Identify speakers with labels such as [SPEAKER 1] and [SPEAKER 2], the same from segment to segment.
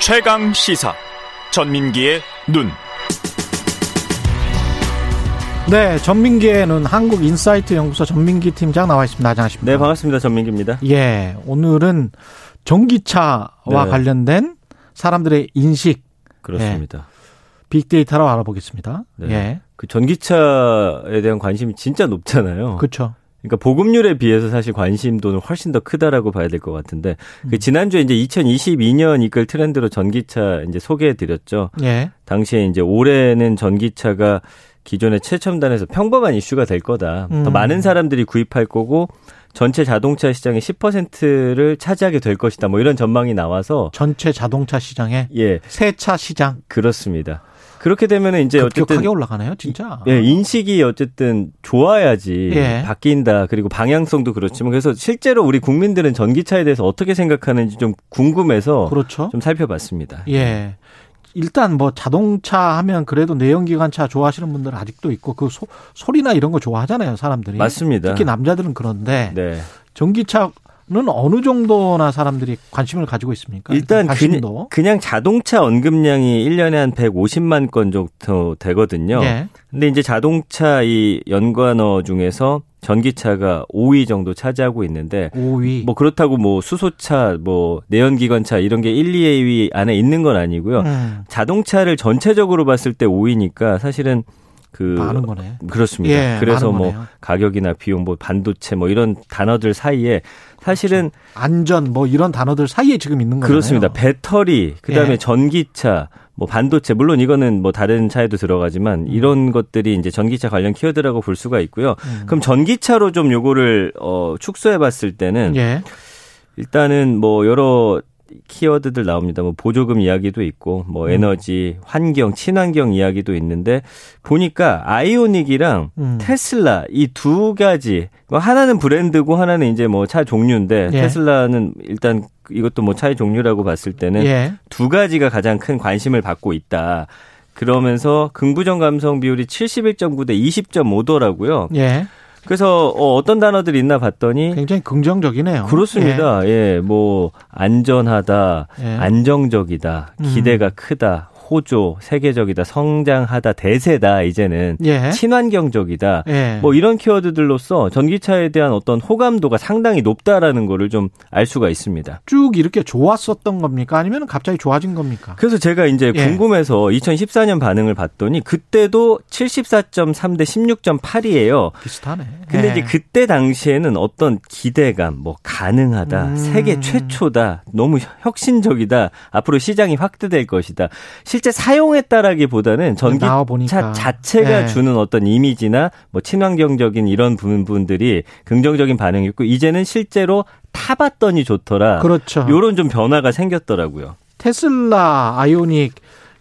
[SPEAKER 1] 최강 시사 전민기의 눈.
[SPEAKER 2] 네, 전민기에는 한국 인사이트 연구소 전민기 팀장 나와 있습니다. 안녕하십니까?
[SPEAKER 3] 네, 반갑습니다. 전민기입니다.
[SPEAKER 2] 예, 오늘은 전기차와
[SPEAKER 3] 네.
[SPEAKER 2] 관련된 사람들의 인식
[SPEAKER 3] 그렇습니다.
[SPEAKER 2] 빅데이터로 알아보겠습니다.
[SPEAKER 3] 네.
[SPEAKER 2] 예,
[SPEAKER 3] 그 전기차에 대한 관심이 진짜 높잖아요. 그... 러
[SPEAKER 2] 그렇죠.
[SPEAKER 3] 니까 보급률에 비해서 사실 관심도는 훨씬 더 크다라고 봐야 될 것 같은데 그 지난주에 이제 2022년 이끌 트렌드로 전기차 이제 소개해 드렸죠.
[SPEAKER 2] 예,
[SPEAKER 3] 당시에 이제 올해는 전기차가 기존의 최첨단에서 평범한 이슈가 될 거다. 더
[SPEAKER 2] 음.
[SPEAKER 3] 많은 사람들이 구입할 거고 전체 자동차 시장의 10%를 차지하게 될 것이다. 뭐 이런 전망이 나와서
[SPEAKER 2] 전체 자동차 시장에
[SPEAKER 3] 예,
[SPEAKER 2] 새 차 시장
[SPEAKER 3] 그렇습니다. 그렇게 되면은 이제
[SPEAKER 2] 급격하게
[SPEAKER 3] 어쨌든
[SPEAKER 2] 올라가네요, 진짜.
[SPEAKER 3] 예, 인식이 어쨌든 좋아야지
[SPEAKER 2] 아. 예.
[SPEAKER 3] 바뀐다. 그리고 방향성도 그렇지만 그래서 실제로 우리 국민들은 전기차에 대해서 어떻게 생각하는지 좀 궁금해서
[SPEAKER 2] 그렇죠.
[SPEAKER 3] 좀 네. 살펴봤습니다.
[SPEAKER 2] 예. 일단 뭐 자동차 하면 그래도 내연기관차 좋아하시는 분들은 아직도 있고 그 소, 소리나 이런 거 좋아하잖아요, 사람들이.
[SPEAKER 3] 맞습니다.
[SPEAKER 2] 예. 특히 남자들은 그런데
[SPEAKER 3] 네.
[SPEAKER 2] 전기차는 어느 정도나 사람들이 관심을 가지고 있습니까?
[SPEAKER 3] 일단 그냥,
[SPEAKER 2] 관심도.
[SPEAKER 3] 그냥 자동차 언급량이 1년에 한 150만 건 정도 되거든요.
[SPEAKER 2] 예.
[SPEAKER 3] 근데 이제 자동차 이 연관어 중에서 전기차가 5위 정도 차지하고 있는데
[SPEAKER 2] 5위.
[SPEAKER 3] 뭐 그렇다고 뭐 수소차, 뭐 내연기관차 이런 게 1, 2위 안에 있는 건 아니고요.
[SPEAKER 2] 음,
[SPEAKER 3] 자동차를 전체적으로 봤을 때 5위니까 사실은 그
[SPEAKER 2] 많은 거네.
[SPEAKER 3] 그렇습니다.
[SPEAKER 2] 예,
[SPEAKER 3] 그래서
[SPEAKER 2] 많은
[SPEAKER 3] 뭐
[SPEAKER 2] 거네요.
[SPEAKER 3] 가격이나 비용, 뭐 반도체 뭐 이런 단어들 사이에 사실은
[SPEAKER 2] 안전 뭐 이런 단어들 사이에 지금 있는 그렇죠. 거네요.
[SPEAKER 3] 그렇습니다. 배터리, 그다음에
[SPEAKER 2] 예.
[SPEAKER 3] 전기차, 뭐 반도체 물론 이거는 뭐 다른
[SPEAKER 2] 음.
[SPEAKER 3] 차에도 들어가지만 이런 것들이 이제 전기차 관련 키워드라고 볼 수가 있고요.
[SPEAKER 2] 음.
[SPEAKER 3] 그럼 전기차로 좀 요거를 어 축소해 봤을 때는
[SPEAKER 2] 예.
[SPEAKER 3] 일단은 뭐 여러 키워드들 나옵니다. 뭐 보조금 이야기도 있고 뭐
[SPEAKER 2] 음.
[SPEAKER 3] 에너지, 환경, 친환경 이야기도 있는데 보니까 아이오닉이랑
[SPEAKER 2] 음.
[SPEAKER 3] 테슬라 이 두 가지 뭐 하나는 브랜드고 하나는 이제 뭐 차 종류인데
[SPEAKER 2] 예.
[SPEAKER 3] 테슬라는 일단 이것도 뭐 차의 종류라고 봤을 때는
[SPEAKER 2] 예.
[SPEAKER 3] 두 가지가 가장 큰 관심을 받고 있다. 그러면서 긍부정 감성 비율이 71.9 대 20.5더라고요.
[SPEAKER 2] 예.
[SPEAKER 3] 그래서 어, 어떤 단어들이 있나 봤더니
[SPEAKER 2] 굉장히 긍정적이네요.
[SPEAKER 3] 그렇습니다. 예, 뭐 안전하다,
[SPEAKER 2] 예.
[SPEAKER 3] 안정적이다,
[SPEAKER 2] 음.
[SPEAKER 3] 기대가 크다, 호조, 세계적이다, 성장하다, 대세다 이제는
[SPEAKER 2] 예. 예.
[SPEAKER 3] 친환경적이다.
[SPEAKER 2] 예.
[SPEAKER 3] 뭐 이런 키워드들로서 전기차에 대한 어떤 호감도가 상당히 높다라는 거를 좀 알 수가 있습니다.
[SPEAKER 2] 쭉 이렇게 좋았었던 겁니까? 아니면 갑자기 좋아진 겁니까?
[SPEAKER 3] 그래서 제가 이제
[SPEAKER 2] 예.
[SPEAKER 3] 궁금해서 2014년 반응을 봤더니 그때도 74.3 대 16.8이에요.
[SPEAKER 2] 비슷하네.
[SPEAKER 3] 근데
[SPEAKER 2] 예.
[SPEAKER 3] 이제 그때 당시에는 어떤 기대감, 뭐 가능하다,
[SPEAKER 2] 음.
[SPEAKER 3] 세계 최초다, 너무 혁신적이다, 앞으로 시장이 확대될 것이다. 실제 사용했다라기보다는 전기차
[SPEAKER 2] 나와 보니까
[SPEAKER 3] 자체가
[SPEAKER 2] 예.
[SPEAKER 3] 주는 어떤 이미지나 뭐 친환경적인 이런 부분들이 긍정적인 반응이 있고 이제는 실제로 타봤더니 좋더라.
[SPEAKER 2] 그렇죠.
[SPEAKER 3] 요런 좀 변화가 생겼더라고요.
[SPEAKER 2] 테슬라 아이오닉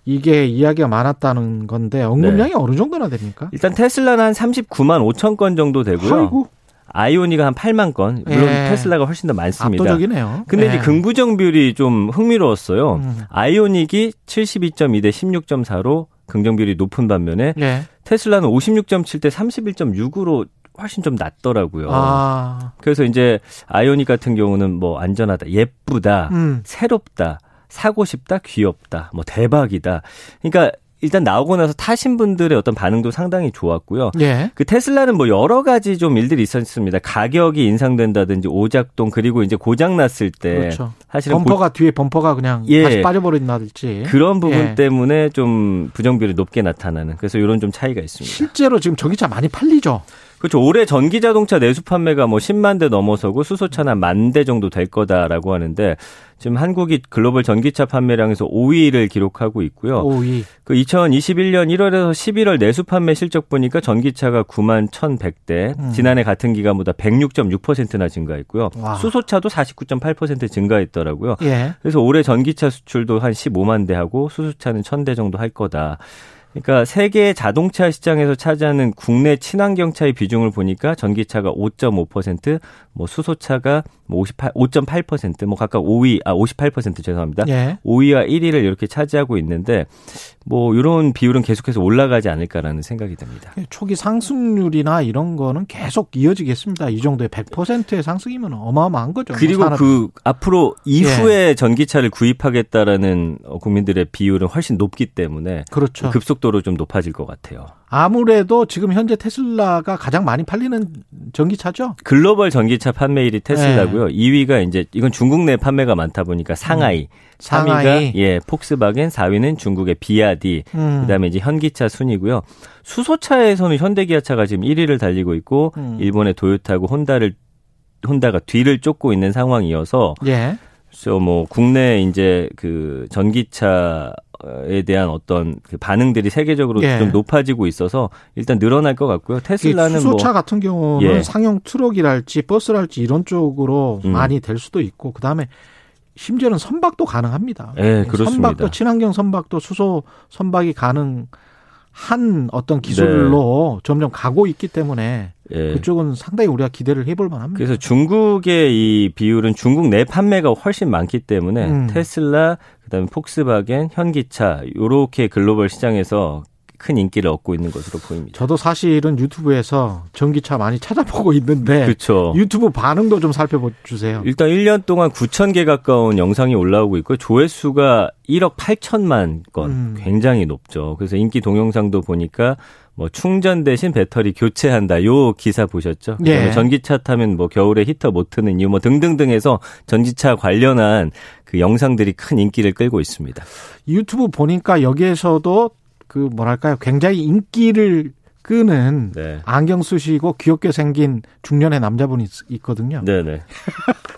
[SPEAKER 2] 이게 이야기가 많았다는 건데
[SPEAKER 3] 네.
[SPEAKER 2] 언급량이 어느 정도나 됩니까?
[SPEAKER 3] 일단 테슬라는 한 39만 5천 건 정도 되고요.
[SPEAKER 2] 아이고
[SPEAKER 3] 아이오니가 한 8만 건. 물론
[SPEAKER 2] 예.
[SPEAKER 3] 테슬라가 훨씬 더 많습니다.
[SPEAKER 2] 압도적이네요.
[SPEAKER 3] 근데
[SPEAKER 2] 예.
[SPEAKER 3] 이제 긍부정 비율이 좀 흥미로웠어요.
[SPEAKER 2] 음.
[SPEAKER 3] 아이오닉이 72.2 대 16.4로 긍정 비율이 높은 반면에
[SPEAKER 2] 예.
[SPEAKER 3] 테슬라는 56.7 대 31.6으로 훨씬 좀 낮더라고요.
[SPEAKER 2] 아,
[SPEAKER 3] 그래서 이제 아이오닉 같은 경우는 뭐 안전하다, 예쁘다,
[SPEAKER 2] 음,
[SPEAKER 3] 새롭다, 사고 싶다, 귀엽다, 뭐 대박이다. 그러니까 일단 나오고 나서 타신 분들의 어떤 반응도 상당히 좋았고요.
[SPEAKER 2] 예,
[SPEAKER 3] 그 테슬라는 뭐 여러 가지 좀 일들이 있었습니다. 가격이 인상된다든지 오작동 그리고 이제 고장 났을 때
[SPEAKER 2] 그렇죠.
[SPEAKER 3] 사실은 네. 고-
[SPEAKER 2] 범퍼가 뒤에 범퍼가 그냥
[SPEAKER 3] 예.
[SPEAKER 2] 다시 빠져버린다든지
[SPEAKER 3] 그런 부분
[SPEAKER 2] 예.
[SPEAKER 3] 때문에 좀 부정비율이 높게 나타나는 그래서 이런 좀 차이가 있습니다.
[SPEAKER 2] 실제로 지금 전기차 많이 팔리죠.
[SPEAKER 3] 그렇죠. 올해 전기 자동차 내수 판매가 뭐 10만 대 넘어서고 수소차는 만대 정도 될 거다라고 하는데 지금 한국이 글로벌 전기차 판매량에서 5위를 기록하고 있고요.
[SPEAKER 2] 오위
[SPEAKER 3] 그 2021년 1월에서 11월 내수 판매 실적 보니까 전기차가 9만 1,100대,
[SPEAKER 2] 음.
[SPEAKER 3] 지난해 같은 기간보다 106.6%나 증가했고요.
[SPEAKER 2] 와.
[SPEAKER 3] 수소차도 49.8% 증가했더라고요.
[SPEAKER 2] 예,
[SPEAKER 3] 그래서 올해 전기차 수출도 한 15만 대하고 수소차는 1000대 정도 할 거다. 그러니까 세계 자동차 시장에서 차지하는 국내 친환경차의 비중을 보니까 전기차가 5.5%, 뭐 수소차가 뭐 58, 5.8%뭐 각각 5위, 아 58% 죄송합니다.
[SPEAKER 2] 예.
[SPEAKER 3] 5위와 1위를 이렇게 차지하고 있는데 뭐 이런 비율은 계속해서 올라가지 않을까라는 생각이 듭니다.
[SPEAKER 2] 초기 상승률이나 이런 거는 계속 이어지겠습니다. 이 정도의 100%의 상승이면 어마어마한 거죠. 뭐
[SPEAKER 3] 그리고
[SPEAKER 2] 산업-
[SPEAKER 3] 그 앞으로 이후에 전기차를 구입하겠다라는 어, 국민들의 비율은 훨씬 높기 때문에
[SPEAKER 2] 그렇죠.
[SPEAKER 3] 급속도로 좀 높아질 것 같아요.
[SPEAKER 2] 아무래도 지금 현재 테슬라가 가장 많이 팔리는 전기차죠.
[SPEAKER 3] 글로벌 전기차 판매 1위 테슬라고요.
[SPEAKER 2] 네.
[SPEAKER 3] 2위가 이제 이건 중국 내 판매가 많다 보니까 상하이, 3위가
[SPEAKER 2] 음. 상하이.
[SPEAKER 3] 예 폭스바겐, 4위는 중국의 비아디.
[SPEAKER 2] 음.
[SPEAKER 3] 그다음에 이제 현기차 순이고요. 수소차에서는 현대기아차가 지금 1위를 달리고 있고
[SPEAKER 2] 음.
[SPEAKER 3] 일본의 도요타고 혼다를 혼다가 뒤를 쫓고 있는 상황이어서
[SPEAKER 2] 예.
[SPEAKER 3] 그래서 뭐 국내 이제 그 전기차에 대한 어떤 그 반응들이 세계적으로
[SPEAKER 2] 예.
[SPEAKER 3] 좀 높아지고 있어서 일단 늘어날 것 같고요. 테슬라는 뭐
[SPEAKER 2] 수소차 같은 경우는
[SPEAKER 3] 예.
[SPEAKER 2] 상용 트럭이랄지 버스랄지 이런 쪽으로
[SPEAKER 3] 음.
[SPEAKER 2] 많이 될 수도 있고 그다음에 심지어는 선박도 가능합니다.
[SPEAKER 3] 예, 그렇습니다.
[SPEAKER 2] 네, 선박도 친환경 선박도 수소 선박이 가능한 어떤 기술로
[SPEAKER 3] 네.
[SPEAKER 2] 점점 가고 있기 때문에
[SPEAKER 3] 예.
[SPEAKER 2] 그쪽은 상당히 우리가 기대를 해볼 만합니다.
[SPEAKER 3] 그래서 중국의 이 비율은 중국 내 판매가 훨씬 많기 때문에
[SPEAKER 2] 음.
[SPEAKER 3] 테슬라, 그다음에 폭스바겐, 현기차 요렇게 글로벌 시장에서 큰 인기를 얻고 있는 것으로 보입니다.
[SPEAKER 2] 저도 사실은 유튜브에서 전기차 많이 찾아보고 있는데
[SPEAKER 3] 그렇죠.
[SPEAKER 2] 유튜브 반응도 좀 살펴봐 주세요.
[SPEAKER 3] 일단 1년 동안 9천 개 가까운 영상이 올라오고 있고 조회수가 1억 8천만 건
[SPEAKER 2] 음.
[SPEAKER 3] 굉장히 높죠. 그래서 인기 동영상도 보니까 뭐 충전 대신 배터리 교체한다 요 기사 보셨죠?
[SPEAKER 2] 예.
[SPEAKER 3] 그다음에 전기차 타면 뭐 겨울에 히터 못 트는 이유 뭐 등등등해서 전기차 관련한 그 영상들이 큰 인기를 끌고 있습니다.
[SPEAKER 2] 유튜브 보니까 여기에서도 그 뭐랄까요 굉장히 인기를 끄는
[SPEAKER 3] 네.
[SPEAKER 2] 안경 쓰시고 귀엽게 생긴 중년의 남자분이 있- 있거든요.
[SPEAKER 3] 네네.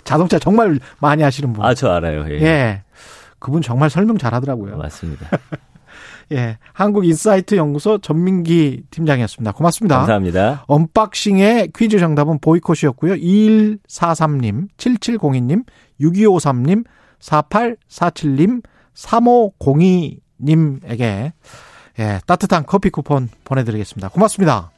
[SPEAKER 2] 자동차 정말 많이 하시는 분.
[SPEAKER 3] 아 저 알아요. 예.
[SPEAKER 2] 예. 그분 정말 설명 잘하더라고요.
[SPEAKER 3] 맞습니다.
[SPEAKER 2] 예. 한국 인사이트 연구소 전민기 팀장이었습니다. 고맙습니다.
[SPEAKER 3] 감사합니다.
[SPEAKER 2] 언박싱의 퀴즈 정답은 보이콧이었고요. 2143님, 7702님, 6253님, 4847님, 3502님에게 예, 따뜻한 커피 쿠폰 보내드리겠습니다. 고맙습니다.